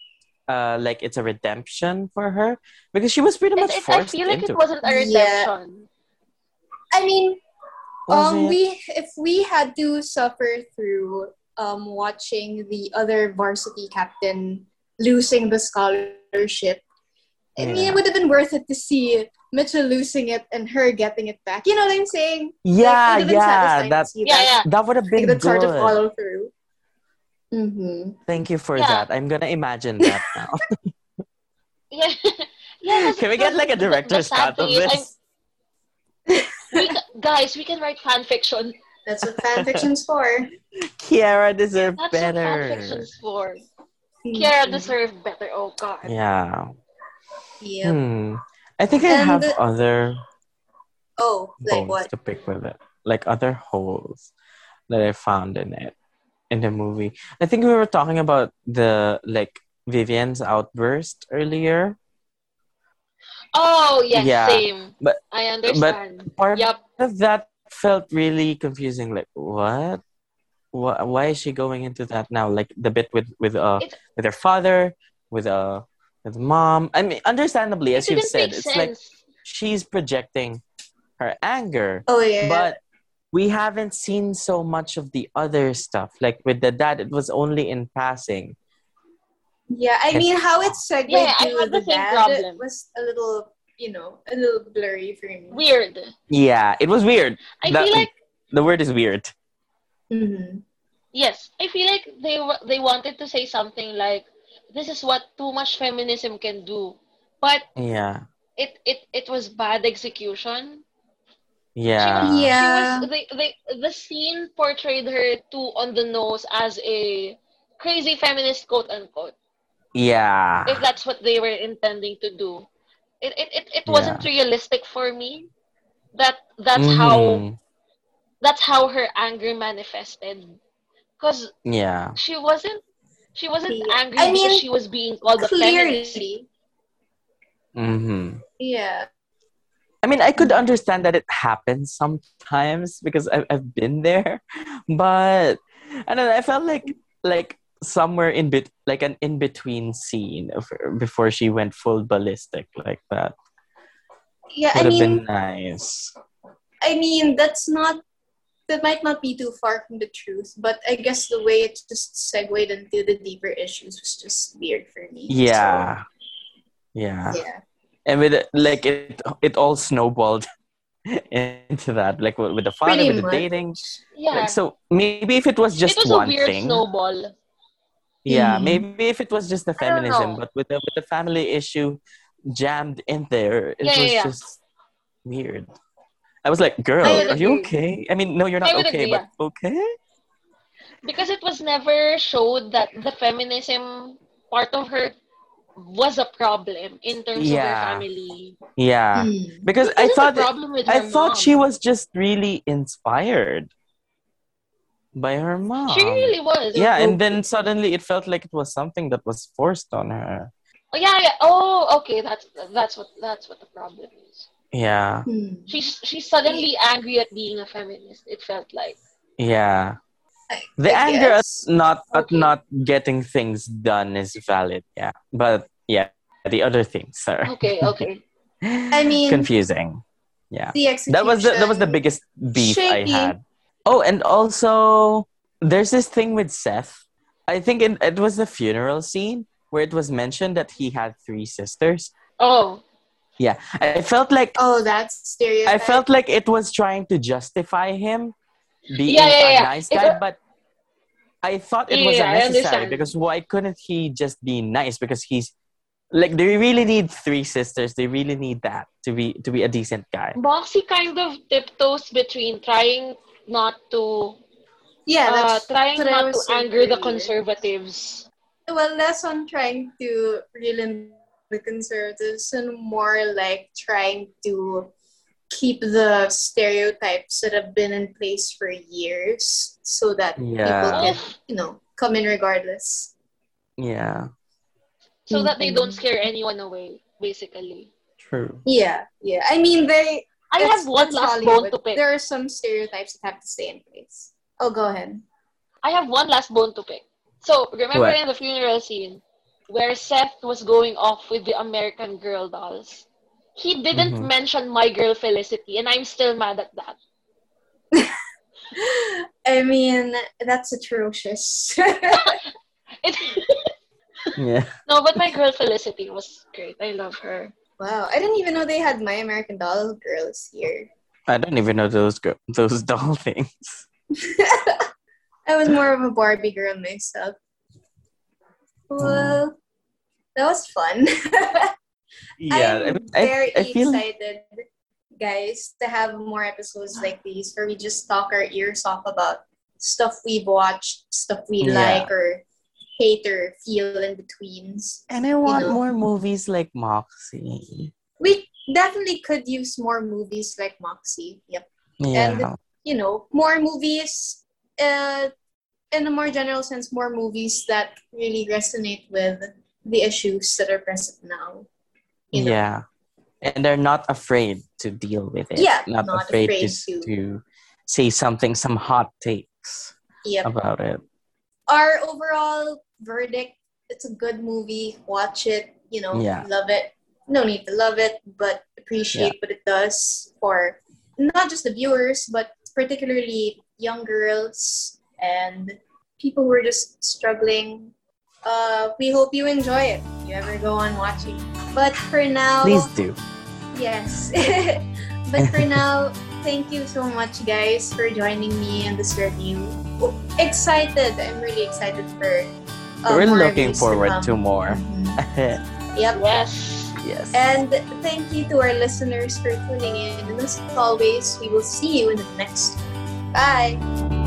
[SPEAKER 3] uh, like it's a redemption for her because she was pretty
[SPEAKER 4] It,
[SPEAKER 3] much
[SPEAKER 4] it, I
[SPEAKER 3] forced
[SPEAKER 4] feel like
[SPEAKER 3] into
[SPEAKER 4] it wasn't a
[SPEAKER 2] Yeah.
[SPEAKER 4] redemption.
[SPEAKER 2] I mean,
[SPEAKER 3] Was
[SPEAKER 2] um,
[SPEAKER 3] it?
[SPEAKER 2] we if we had to suffer through um watching the other varsity captain losing the scholarship, I mean,
[SPEAKER 3] Yeah.
[SPEAKER 2] it would have been worth it to see Mitchell losing it and her getting it back. You know what I'm saying?
[SPEAKER 3] yeah
[SPEAKER 2] Like, it would have been
[SPEAKER 3] yeah
[SPEAKER 2] satisfying to
[SPEAKER 3] that
[SPEAKER 2] see
[SPEAKER 4] Yeah,
[SPEAKER 2] that.
[SPEAKER 4] yeah.
[SPEAKER 3] that would have
[SPEAKER 2] Like
[SPEAKER 3] been
[SPEAKER 2] that sort of
[SPEAKER 3] good
[SPEAKER 2] follow through. Mm-hmm.
[SPEAKER 3] thank you for
[SPEAKER 4] Yeah.
[SPEAKER 3] that i'm gonna imagine that now
[SPEAKER 4] Yeah. yeah 'cause-
[SPEAKER 3] can we get like a
[SPEAKER 4] the- the
[SPEAKER 3] director's
[SPEAKER 4] sad
[SPEAKER 3] cut of
[SPEAKER 4] thing is,
[SPEAKER 3] this
[SPEAKER 4] I'm- we ca- guys, we can write fan fiction.
[SPEAKER 2] That's what fan fiction's for.
[SPEAKER 3] kiara deserved
[SPEAKER 4] That's what fan
[SPEAKER 3] better
[SPEAKER 4] fiction's for. Kiara
[SPEAKER 2] Mhm.
[SPEAKER 4] deserved better. Oh God.
[SPEAKER 3] yeah
[SPEAKER 2] Yep.
[SPEAKER 3] hmm. i think i
[SPEAKER 2] And
[SPEAKER 3] have
[SPEAKER 2] the-
[SPEAKER 3] other
[SPEAKER 2] Oh, like
[SPEAKER 3] bones
[SPEAKER 2] what?
[SPEAKER 3] to pick with it, like other holes that I found in it in the movie. I think we were talking about the like Vivian's outburst earlier.
[SPEAKER 4] Oh yes,
[SPEAKER 3] Yeah,
[SPEAKER 4] same.
[SPEAKER 3] but-
[SPEAKER 4] I understand.
[SPEAKER 3] Part
[SPEAKER 4] yep.
[SPEAKER 3] of that felt really confusing. Like what? Why, why is she going into that now? Like the bit with with uh
[SPEAKER 4] It's-
[SPEAKER 3] with her father, with uh with mom. I mean, understandably, as
[SPEAKER 4] it
[SPEAKER 3] you've
[SPEAKER 4] didn't
[SPEAKER 3] said,
[SPEAKER 4] make
[SPEAKER 3] it's
[SPEAKER 4] sense.
[SPEAKER 3] like she's projecting her anger
[SPEAKER 2] Oh yeah.
[SPEAKER 3] but we haven't seen so much of the other stuff like with the dad it was only in passing
[SPEAKER 2] yeah, I mean how it segued
[SPEAKER 4] Yeah, I
[SPEAKER 2] to
[SPEAKER 4] had the
[SPEAKER 2] the
[SPEAKER 4] same
[SPEAKER 2] dad
[SPEAKER 4] problem.
[SPEAKER 2] was a little, you know, a little blurry for me.
[SPEAKER 4] Weird.
[SPEAKER 3] yeah it was weird
[SPEAKER 4] I
[SPEAKER 3] That-
[SPEAKER 4] feel like.
[SPEAKER 3] the word is weird
[SPEAKER 2] Mm-hmm.
[SPEAKER 4] Yes, I feel like they wa- they wanted to say something like this is what too much feminism can do, but
[SPEAKER 3] yeah
[SPEAKER 4] it it it was bad execution.
[SPEAKER 3] yeah
[SPEAKER 2] Yeah.
[SPEAKER 4] She was they, they the scene portrayed her too on the nose as a crazy feminist quote unquote
[SPEAKER 3] yeah
[SPEAKER 4] if that's what they were intending to do. It it it, it wasn't realistic for me. That that's how
[SPEAKER 3] Mhm.
[SPEAKER 4] that's how her anger manifested. Cause
[SPEAKER 3] yeah
[SPEAKER 4] she wasn't she wasn't
[SPEAKER 2] Yeah.
[SPEAKER 4] angry
[SPEAKER 2] I mean,
[SPEAKER 4] because she was being called a feminist.
[SPEAKER 2] Clearly.
[SPEAKER 3] hmm
[SPEAKER 2] Yeah.
[SPEAKER 3] i mean i could understand that it happens sometimes because I've, I've been there but i don't know i felt like like somewhere in bit like an in-between scene of her before she went full ballistic like that
[SPEAKER 2] Yeah, I
[SPEAKER 3] would have
[SPEAKER 2] mean
[SPEAKER 3] been nice
[SPEAKER 2] I mean, that's not that might not be too far from the truth, but I guess the way it just segued into the deeper issues was just weird for me.
[SPEAKER 3] Yeah. Yeah.
[SPEAKER 2] So, yeah.
[SPEAKER 3] And with it- like it it all snowballed into that. Like with with the father,
[SPEAKER 2] Pretty
[SPEAKER 3] with
[SPEAKER 2] much.
[SPEAKER 3] the dating.
[SPEAKER 4] Yeah.
[SPEAKER 3] Like so maybe if it was just
[SPEAKER 4] it was
[SPEAKER 3] one
[SPEAKER 4] a weird
[SPEAKER 3] thing.
[SPEAKER 4] snowball.
[SPEAKER 3] Yeah,
[SPEAKER 2] Mhm.
[SPEAKER 3] maybe if it was just the
[SPEAKER 4] I don't
[SPEAKER 3] feminism,
[SPEAKER 4] know.
[SPEAKER 3] but with the with the family issue jammed in there, it
[SPEAKER 4] Yeah, yeah,
[SPEAKER 3] was
[SPEAKER 4] yeah.
[SPEAKER 3] just weird. I was like, girl,
[SPEAKER 4] I would
[SPEAKER 3] are you
[SPEAKER 4] agree.
[SPEAKER 3] okay? I mean, no, you're
[SPEAKER 4] I
[SPEAKER 3] not
[SPEAKER 4] would
[SPEAKER 3] okay,
[SPEAKER 4] agree,
[SPEAKER 3] but okay?
[SPEAKER 4] Because it was never showed that the feminism part of her was a problem in terms of her
[SPEAKER 3] Yeah.
[SPEAKER 4] family.
[SPEAKER 3] Yeah.
[SPEAKER 2] Hmm.
[SPEAKER 3] Because
[SPEAKER 4] It
[SPEAKER 3] I
[SPEAKER 4] wasn't
[SPEAKER 3] thought
[SPEAKER 4] a
[SPEAKER 3] that,
[SPEAKER 4] problem with
[SPEAKER 3] I
[SPEAKER 4] her
[SPEAKER 3] thought
[SPEAKER 4] mom.
[SPEAKER 3] she was just really inspired by her mom.
[SPEAKER 4] She really was.
[SPEAKER 2] Oh.
[SPEAKER 3] yeah, and then suddenly it felt like it was something that was forced on her.
[SPEAKER 4] Oh, yeah, yeah. Oh, okay. That's that's what that's what the problem is.
[SPEAKER 3] Yeah,
[SPEAKER 2] Hmm.
[SPEAKER 4] She's she's suddenly angry at being a feminist. It felt like.
[SPEAKER 3] yeah.
[SPEAKER 2] I-
[SPEAKER 3] The
[SPEAKER 2] I
[SPEAKER 3] anger at
[SPEAKER 2] guess.
[SPEAKER 3] not at
[SPEAKER 4] Okay.
[SPEAKER 3] not getting things done is valid. Yeah, but yeah, the other things are
[SPEAKER 4] Okay, okay.
[SPEAKER 2] I mean,
[SPEAKER 3] confusing. Yeah.
[SPEAKER 2] the execution.
[SPEAKER 3] that was the, that was the biggest beef I
[SPEAKER 2] Shaky.
[SPEAKER 3] had. Oh, and also there's this thing with Seth. I think it, it was the funeral scene where it was mentioned that he had three sisters.
[SPEAKER 4] Oh,
[SPEAKER 3] Yeah, I felt like
[SPEAKER 2] Oh, that's stereotype.
[SPEAKER 3] I felt like it was trying to justify him being
[SPEAKER 4] Yeah, yeah, yeah.
[SPEAKER 3] a nice
[SPEAKER 4] It's
[SPEAKER 3] guy,
[SPEAKER 4] a-
[SPEAKER 3] but I thought it
[SPEAKER 4] Yeah,
[SPEAKER 3] was
[SPEAKER 4] yeah, I
[SPEAKER 3] unnecessary
[SPEAKER 4] understand.
[SPEAKER 3] because why couldn't he just be nice? Because he's like they really need three sisters. They really need that to be to be a decent guy.
[SPEAKER 4] Moxie kind of tiptoes between trying not to
[SPEAKER 2] yeah,
[SPEAKER 4] uh,
[SPEAKER 2] that's
[SPEAKER 4] trying
[SPEAKER 2] what I
[SPEAKER 4] not to
[SPEAKER 2] was saying
[SPEAKER 4] anger the
[SPEAKER 2] earlier.
[SPEAKER 4] conservatives.
[SPEAKER 2] well, less on trying to reel in the conservatives and more like trying to keep the stereotypes that have been in place for years so that people
[SPEAKER 3] Yeah.
[SPEAKER 2] can, you know, come in regardless.
[SPEAKER 3] Yeah,
[SPEAKER 4] so that they don't
[SPEAKER 2] Mhm.
[SPEAKER 4] scare anyone away, basically.
[SPEAKER 3] true.
[SPEAKER 2] Yeah, yeah. I mean, they.
[SPEAKER 4] I
[SPEAKER 2] that's-
[SPEAKER 4] have one
[SPEAKER 2] that's
[SPEAKER 4] last bone
[SPEAKER 2] Hollywood.
[SPEAKER 4] to pick.
[SPEAKER 2] There are some stereotypes that have to stay in place. Oh, go ahead.
[SPEAKER 4] I have one last bone to pick. So remember
[SPEAKER 3] What?
[SPEAKER 4] in the funeral scene where Seth was going off with the American Girl dolls, he didn't
[SPEAKER 3] Mhm.
[SPEAKER 4] mention my girl Felicity, and I'm still mad at that.
[SPEAKER 2] I mean, that's atrocious.
[SPEAKER 4] It,
[SPEAKER 3] Yeah.
[SPEAKER 4] no, but my girl Felicity was great. I love her.
[SPEAKER 2] wow, I didn't even know they had My American Doll girls here.
[SPEAKER 3] I don't even know those girl, those doll things.
[SPEAKER 2] I was more of a Barbie girl myself. Well, that was fun.
[SPEAKER 3] Yeah, I
[SPEAKER 2] I'm
[SPEAKER 3] mean, I,
[SPEAKER 2] very
[SPEAKER 3] I feel
[SPEAKER 2] excited, guys, to have more episodes like these where we just talk our ears off about stuff we've watched, stuff we
[SPEAKER 3] Yeah.
[SPEAKER 2] like or hate or feel in betweens.
[SPEAKER 3] and I want
[SPEAKER 2] know.
[SPEAKER 3] more movies like Moxie.
[SPEAKER 2] We definitely could use more movies like Moxie. Yep.
[SPEAKER 3] Yeah,
[SPEAKER 2] You know, more movies. Uh, in a more general sense, more movies that really resonate with the issues that are present now. you know.
[SPEAKER 3] yeah, and they're not afraid to deal with it.
[SPEAKER 2] Yeah,
[SPEAKER 3] not,
[SPEAKER 2] not
[SPEAKER 3] afraid,
[SPEAKER 2] afraid
[SPEAKER 3] to,
[SPEAKER 2] to.
[SPEAKER 3] to say something, some hot takes
[SPEAKER 2] Yep.
[SPEAKER 3] about it.
[SPEAKER 2] our overall verdict it's a good movie watch it you know
[SPEAKER 3] Yeah.
[SPEAKER 2] love it no need to love it but appreciate what it does for not just the viewers but particularly young girls and people who are just struggling uh, we hope you enjoy it if you ever go on watching but for now
[SPEAKER 3] Please do.
[SPEAKER 2] Yes. but for now, thank you so much, guys, for joining me in this review. Excited. I'm really excited for. uh,
[SPEAKER 3] We're
[SPEAKER 2] more reviews
[SPEAKER 3] looking forward to,
[SPEAKER 2] come.
[SPEAKER 3] more.
[SPEAKER 2] Mhm.
[SPEAKER 3] yes.
[SPEAKER 2] Yep. And thank you to our listeners for tuning in. And as always, we will see you in the next one. Bye.